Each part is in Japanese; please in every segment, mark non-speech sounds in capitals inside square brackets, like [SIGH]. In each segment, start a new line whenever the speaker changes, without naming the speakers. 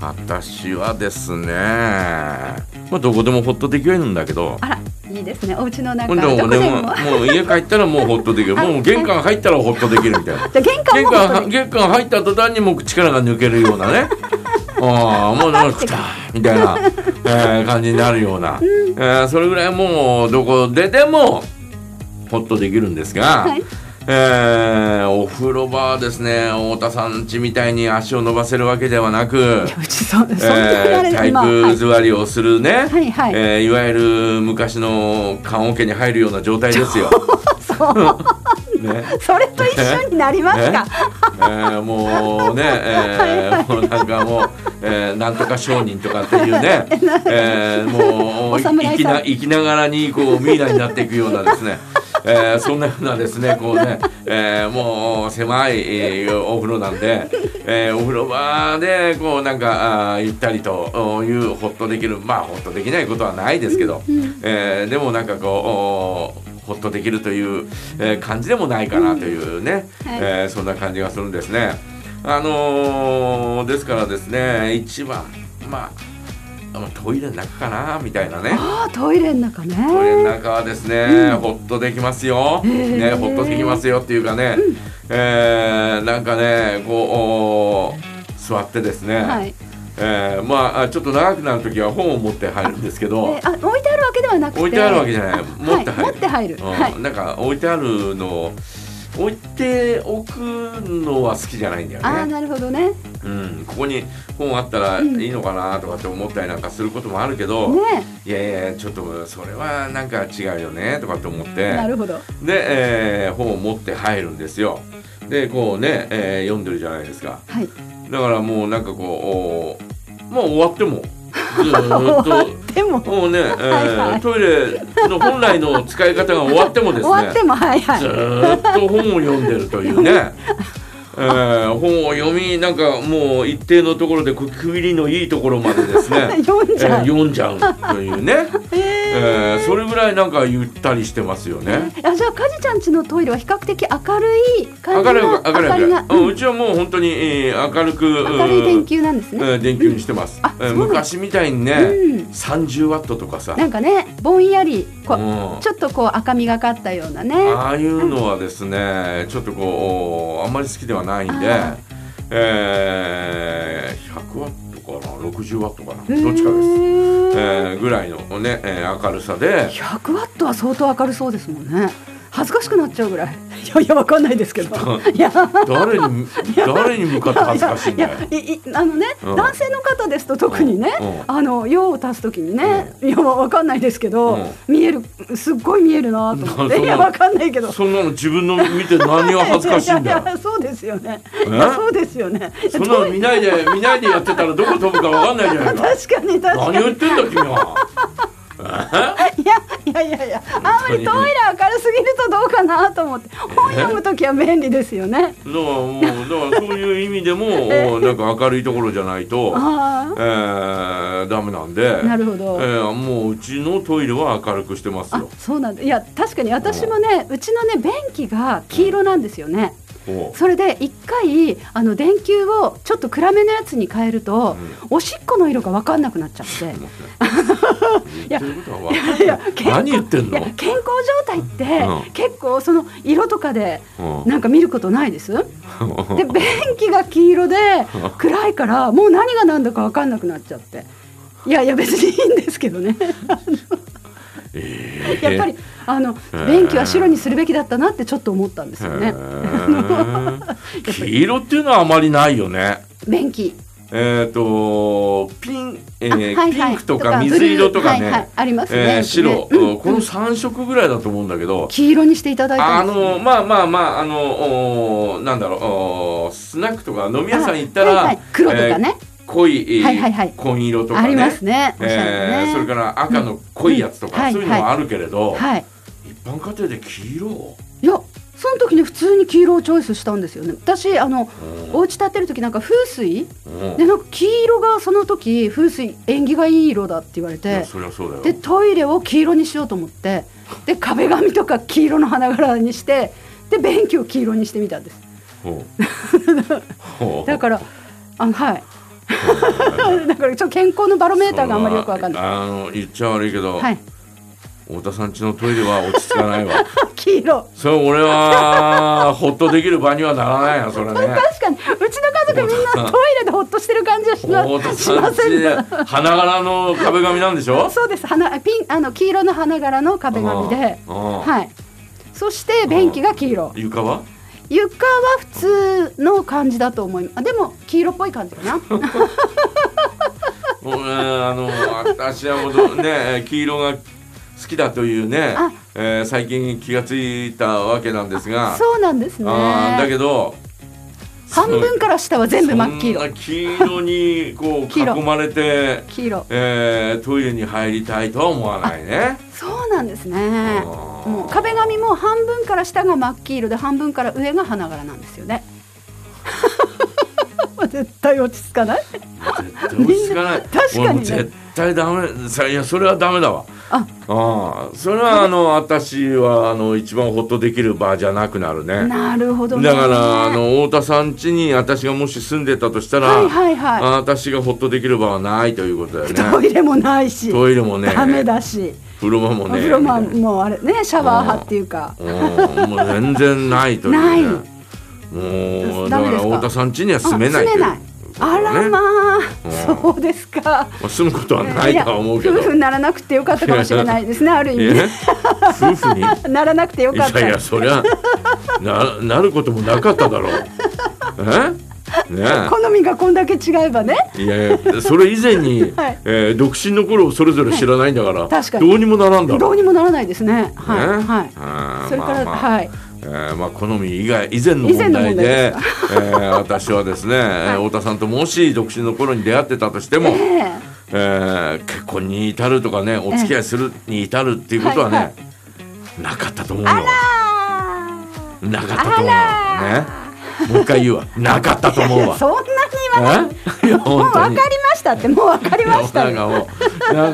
私はですね、まあ、どこでもホッとできるんだけど
あらいいですねお家の
ほ
中
んでも
どこ
うね
でも
もうもう家帰ったらもうホッと
[LAUGHS]
できる
はい
もう玄関入ったらホッとできるみたいな
じゃあ玄関
玄
も [LAUGHS]
関玄関入った途端にもう力が抜けるようなねああもうなんかくたみたいな、えー感じになるような、えーそれぐらいもうどこででもホッとできるんですが、
はい
えーお風呂場はですね太田さん家みたいに足を伸ばせるわけではなく。
うちそそんなにあ
え
れ
ー、体
今
育
はい
座りをするね、い
はいはい
えーいわゆる昔の棺桶に入るような状態ですよ。
そう
ね
それと一緒になりますか
えーもうね、えー、もうなんかもう、えー、なんとか商人とかっていう
[LAUGHS]
ね、えー、も
お
う生
侍
き
さん
な生きながらにこうミイラになっていくようなですね。
[LAUGHS]
えー、そんなようなですね、こうね、えー、もう狭い、えー、お風呂なんで、えー、お風呂場でこうなんかあーゆったりとおいうほっとできる、まあほっとできないことはないですけど、えー、でもなんかこうおほっとできるという、えー、感じでもないかなというね、
は
え
い
ーえーそんな感じがするんですね。あのーですからですね一番まあまあトイレの中かなみたいなね。
ああトイレの中ね
トイレの中はですね、ほっとできますよ、ね、ほっとできますよっていうかね、えーなんかねこうおー座ってですね、
はい
えーまああちょっと長くなる時は本を持って入るんですけど
え。あ置いてあるわけではなくて
置いてあるわけじゃない
あ
持って入る、
はい、持って入る、
うん
はい
なんか置いてあるの置いておくのは好きじゃないんだよね
ああなるほどねね
うん、ここに本あったらいいのかなとかって思ったりなんかすることもあるけど、いやいやちょっとそれはなんか違うよねとかって思っ
えな
て
るほど
で、えー本を持って入るんですよでこうね、えー読んでるじゃないですか
はい
だからもうなんかこうおーまあ終わってもずーっ
終わっ [LAUGHS]
と。
ても
もうね、えー
はいはい
トイレの本来の使い方が終わってもですね
終わってもはいはい
ずーっと本を読んでるというね。えー本を読みなんかもう一定のところで区切りのいいところまでです
[LAUGHS]
ね、
読ん
え
じゃ
ー
う、
読んじゃうという
[LAUGHS]
ね、え
えー
ーそれぐらいなんかゆったりしてますよね。
あじゃあカジちゃん家のトイレは比較的明るい
明
感じ
るい
の
明るい明るい
が、
う
う
ん
ん
うちはもう本当に、えー明るく
明るい電球なんです
う
ね、
んえー電球にしてます、
あ
えー
そうなんだ
昔みたいにね、
うん
30ワットとかさ、
なんかねぼんやりこう、
うん
ちょっとこう赤みがかったようなね
ああいうのはですね、ちょっとこう、あんまり好きではないんで
あ、
えー、100ワットかな、60ワットかな、
へー
どっちかです。えー、ぐらいのね、えー明るさで、
100ワットは相当明るそうですもんね恥ずかしくなっちゃうぐらい [LAUGHS] いやいやわかんないですけどいや [LAUGHS]
誰に、誰に向かって恥ずかしいんだよ。
いやいいあのね、
うん
男性の方ですと特にね、
う
あの用を足すときにね、いやわかんないですけど、
うん
見えるすっごい見えるなと思っ
なそん
て
ない
やわかん [LAUGHS] ないけど
そんなの自分の見て何が恥ずかしいんだよ
や。やそうですよね。
え
いやそうですよね。
そんなの見ないで、見ないでやってたらどこ飛ぶかわかんないじゃないか。
確かに
何
確か
を言ってんだ君は。
に。いやいやいやいや。あんまりトイレ明るすぎるとどうかなと思って。本読むときは便利ですよね。
だからもう、だからそういう意味でも、おなんか明るいところじゃないと。
あ
えー、ダメなんで
あ、なるほど。
えーもううちのトイレは明るくしてます
あ
よ、
そうなんだ。いや確かに私もね、うちのね便器が黄色なんですよね。
おう
それで一回あの電球をちょっと暗めのやつに変えると、おしっこの色が分かんなくなっちゃって。
言ってることはわかん
[LAUGHS] いや
何言ってん
いや
の
健康状態って、
うん
結構その色とかで
うん
なんか見ることないです、で便器が黄色で暗いからもう何が何だか分かんなくなっちゃっていやいや別にいいんですけどね
えー
やっぱりあの
ー
便器は白にするべきだったなってちょっと思ったんです
へ
よね
ー [LAUGHS] 黄色っていうのはあまりないよね
便器
えっ、とピン、え
あ
ー
はいはい
ピンクとか水色とかね
ブルーはいはいありますね
えー白、
うん
うんこの3色ぐらいだと思うんだけど、
黄色にしていただいた
あ
んですよ
のまあまあまああのおーなんだろうおースナックとか飲み屋さん行ったら、
あはいはい黒とかね
えー濃い、えー
はいはいはい
紺色とか
あ
ね
りますねおしゃれ
えー
ね、
それから赤の濃いやつと
うん
か、
はい
そういうのもあるけれど、
はい
一般家庭で黄色
いやその時に普通に黄色をチョイスしたんですよね私あのお家建てる時なんか風水
うん
でなんか黄色がその時風水縁起がいい色だって言われ
いや
て
そりゃそうだ
で
よ
トイレを黄色にしようと思ってで壁紙とか黄色の花柄にしてで便器を黄色にしてみたんです [LAUGHS]
ほうほう
だからあのはい [LAUGHS] だからちょっと健康のバロメーターがあんまりよくわかんない。
あの言っちゃ悪いけど、
はい、 [LAUGHS]
太田さん家のトイレは落ち着かないわ [LAUGHS]
黄色。
それ俺はほっとできる場にはならないなそれね
確かにうちの家族みんなトイレでホッとしてる感じはしな
太田
し
さ
ま
ん家
せん
で
が
花柄の壁紙なんでしょ
そうです花ピンあの黄色の花柄の壁紙で
うんうん
はいそして便器が黄色
床は
床は普通の感じだと思いますあでも黄色っぽい感じかな
うんあの私はもうね黄色が好きだというね
あ、
えー最近気がついたわけなんですが
そうなんですね
あーだけど
半分から下は全部真
そ
っ黄
ん
色
な黄色にこう
黄色
囲まれて、
黄色
えートイレに入りたいとは思わないね。
そうなんですね
あー
もう壁紙も半分から下が真っ黄色で半分から上が花柄なんです
[LAUGHS]
よね絶対落ち着かない
絶対落ち着かない。
確
俺
かにね
も絶対ダメさいやそれはダメだわ。
あ
ああそれはあの私はあの一番ホッとできる場じゃなくなるね。
なるほどね
だからあの太田さん家に私がもし住んでたとしたら、
はいはいはい
あ私がホッとできる場はないということだよ
ト
ね。
イレもないし、
トイレもね、
ダメだし、
風呂場も
お
ね、
風呂ももうあれねシャワー派っていうか、
うんもう全然ないという、ね、
ない
もうだ
ダ
か
メ
ら
ですか
太田さん家には
あ
住めないという
あらまあ、
うん
そうですか。
まあ住むことはないとは思うけど
や夫婦にならなくてよかったかもしれないですね、ある意
え
味。
夫婦にい
[LAUGHS] ならなくてよかった。
やいやそりゃななることもなかっただろうえね
好みがこんだけ違えばね。
えいやいやそれ以前に、
はい
えー独身の頃をそれぞれ知らないんだから、
い確かに
どうにもならんだ
ど
ろ
う
う
にもならないですね。はい、
ね
はい。
あー
それから、
まあまあ
はい。
えーまあ、好み以外以前の問
以前の
題
問題
で
で
えー私はですね、太田さんともし独身の頃に出会ってたとしても、
ええ
えー結婚に至るとかねお付き合いするに至るっていうことはね、
はいは
なかったと思うよ
あ
なかったと思う
あ
よねもう一回言うわなかったと思う
ら、
わ
[LAUGHS] そんなに言わない。
えいや
もう
本
分か
当
り
に
ましたって、もう分かりました
なん
よ。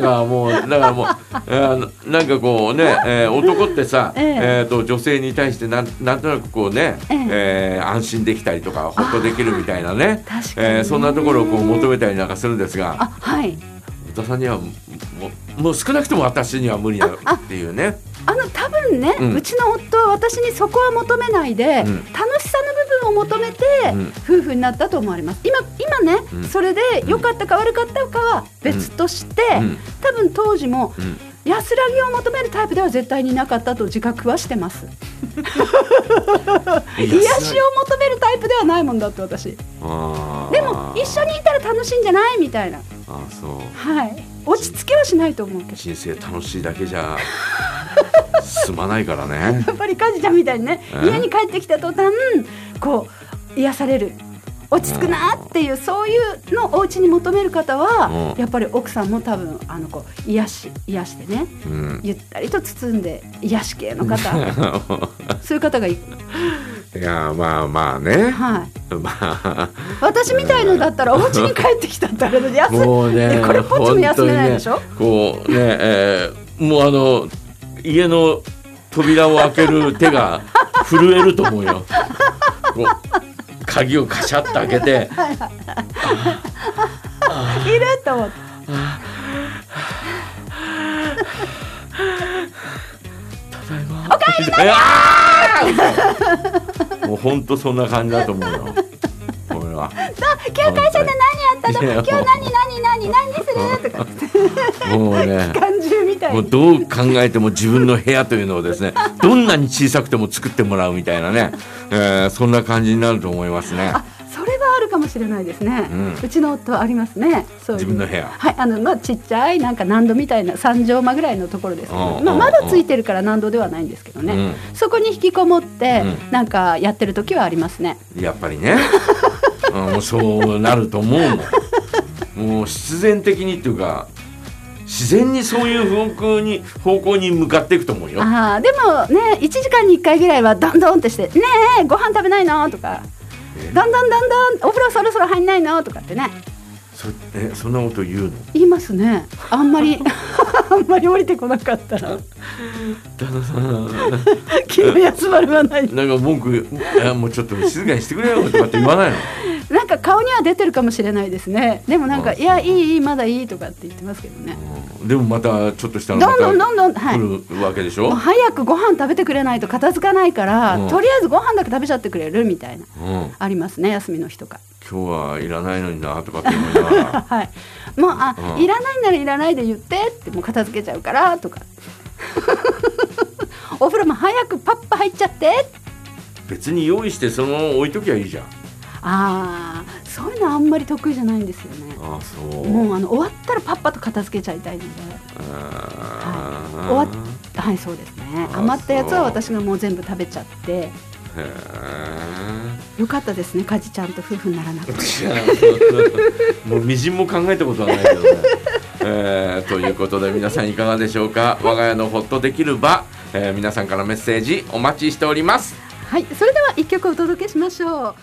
かもうなんかもうだからもう、えーなんかこう
[LAUGHS]
ね、えー男ってさ、
ええ
えーと女性に対してなんなんとなくこうね、
え
え
え
ー安心できたりとかホッとできるみたいなね
あー [LAUGHS] 確かにね
えーそんなところをこう求めたりなんかするんですが
あ、はい。
太田さんにはもうもう少なくとも私には無理だっていうね
あの多分ね、
う
うんちの夫は私にそこは求めないで、
うん
楽しさの部分を求めて、
うん
夫婦になったと思われます今今ね、
うん
それで良かったか悪かったかは別として、
うん
多分当時も、
うん
安らぎを求めるタイプでは絶対になかったと自覚はして
[LAUGHS]
ます
癒
癒しを求めるタイプではないもんだって私
あー
でも一緒にいたら楽しいんじゃないみたいな
あーそう
はい落ち着きはしないと思うけど
人生楽しいだけじゃ済まないからね
やっぱりカジちゃんみたいにね
え
家に帰ってきた途端こう癒される落ち着くなっていうそういうのをお家に求める方は
うん
やっぱり奥さんも多分あのこう癒し癒してね
うん [LAUGHS]
ゆったりと包んで癒し系の方そういう方がいい、
いやまあまあ
[LAUGHS]
ね
はい、
まあ
私みたいのだったらお家に帰ってきたってあれで休み
もうね
[LAUGHS] これポッチも休めないでしょ、
本当にねこうねえーもうあの家の扉を開ける手が震えると思うよこう鍵をカシャッと開けて
いると思って
もう本当そんな感じだと思うよ。これは。
「今日会社で何やったの
いや
今日何何何何する?」とか
もうね。
感じみたい
も
に
うどう考えても自分の部屋というのをですね、どんなに小さくても作ってもらうみたいなね、えーそんな感じになると思いますね。
あそれはあるかもしれないですね、
う
うんちの夫はありますねそういう
自分の部屋
はいあのまあちっちゃいなんか難度みたいな三畳間ぐらいのところですけど
うんうん
まあ、まだついてるから難度ではないんですけどね、
う
そこに引きこもって、
う
なんかやってる時はありますね
やっぱりね、 [LAUGHS] うんもうそうなると思うもん。もう必然的にっていうか、自然にそういう方向に、方向に向かっていくと思うよ。
あーでもね1時間に1回ぐらいはどんどんってして「ねえご飯食べないの?」とか
え
「どんどんどんどんお風呂そろそろ入んないの?」とかってね
そえそんなこと言うの
言いますねあんまり [LAUGHS] あんまり降りてこなかったら
旦那さん
[LAUGHS] 気の休まるはない
なんか文句、いやもうちょっと静かにしてくれよとかって言わないの。
なんか顔には出てるかもしれないですねでもなんか「いやいいいいまだいい」とかって言ってますけどね
でもまたちょっとしたら
ど
ま
んどん
た
どんどんはいも
来るわけでしょ、
う早くご飯食べてくれないと片付かないから、
うん
とりあえずご飯だけ食べちゃってくれるみたいな
うん、
ありますね休みの日とか
今日はいらないのになとかって思いながら [LAUGHS]
はいもうあ、
うん
いらないならいらないで言ってってもう片付けちゃうからとか [LAUGHS] お風呂も早くパッパ入っちゃって
別に用意してそのまま置いときゃいいじゃん
ああそういうのあんまり得意じゃないんですよね
ああそう
もうあの終わったらパッパと片付けちゃいたいので
あー
はい終わはいそうですね
あ
余ったやつは
そう
私がもう全部食べちゃって
へー
よかったですね家事ちゃんと夫婦にならなくて
いやそう [LAUGHS] もうみじんも考えたことはないけどね。えーということで皆さんいかがでしょうか我が家のホッとできる場、えー皆さんからメッセージお待ちしております。
はいそれでは一曲お届けしましょう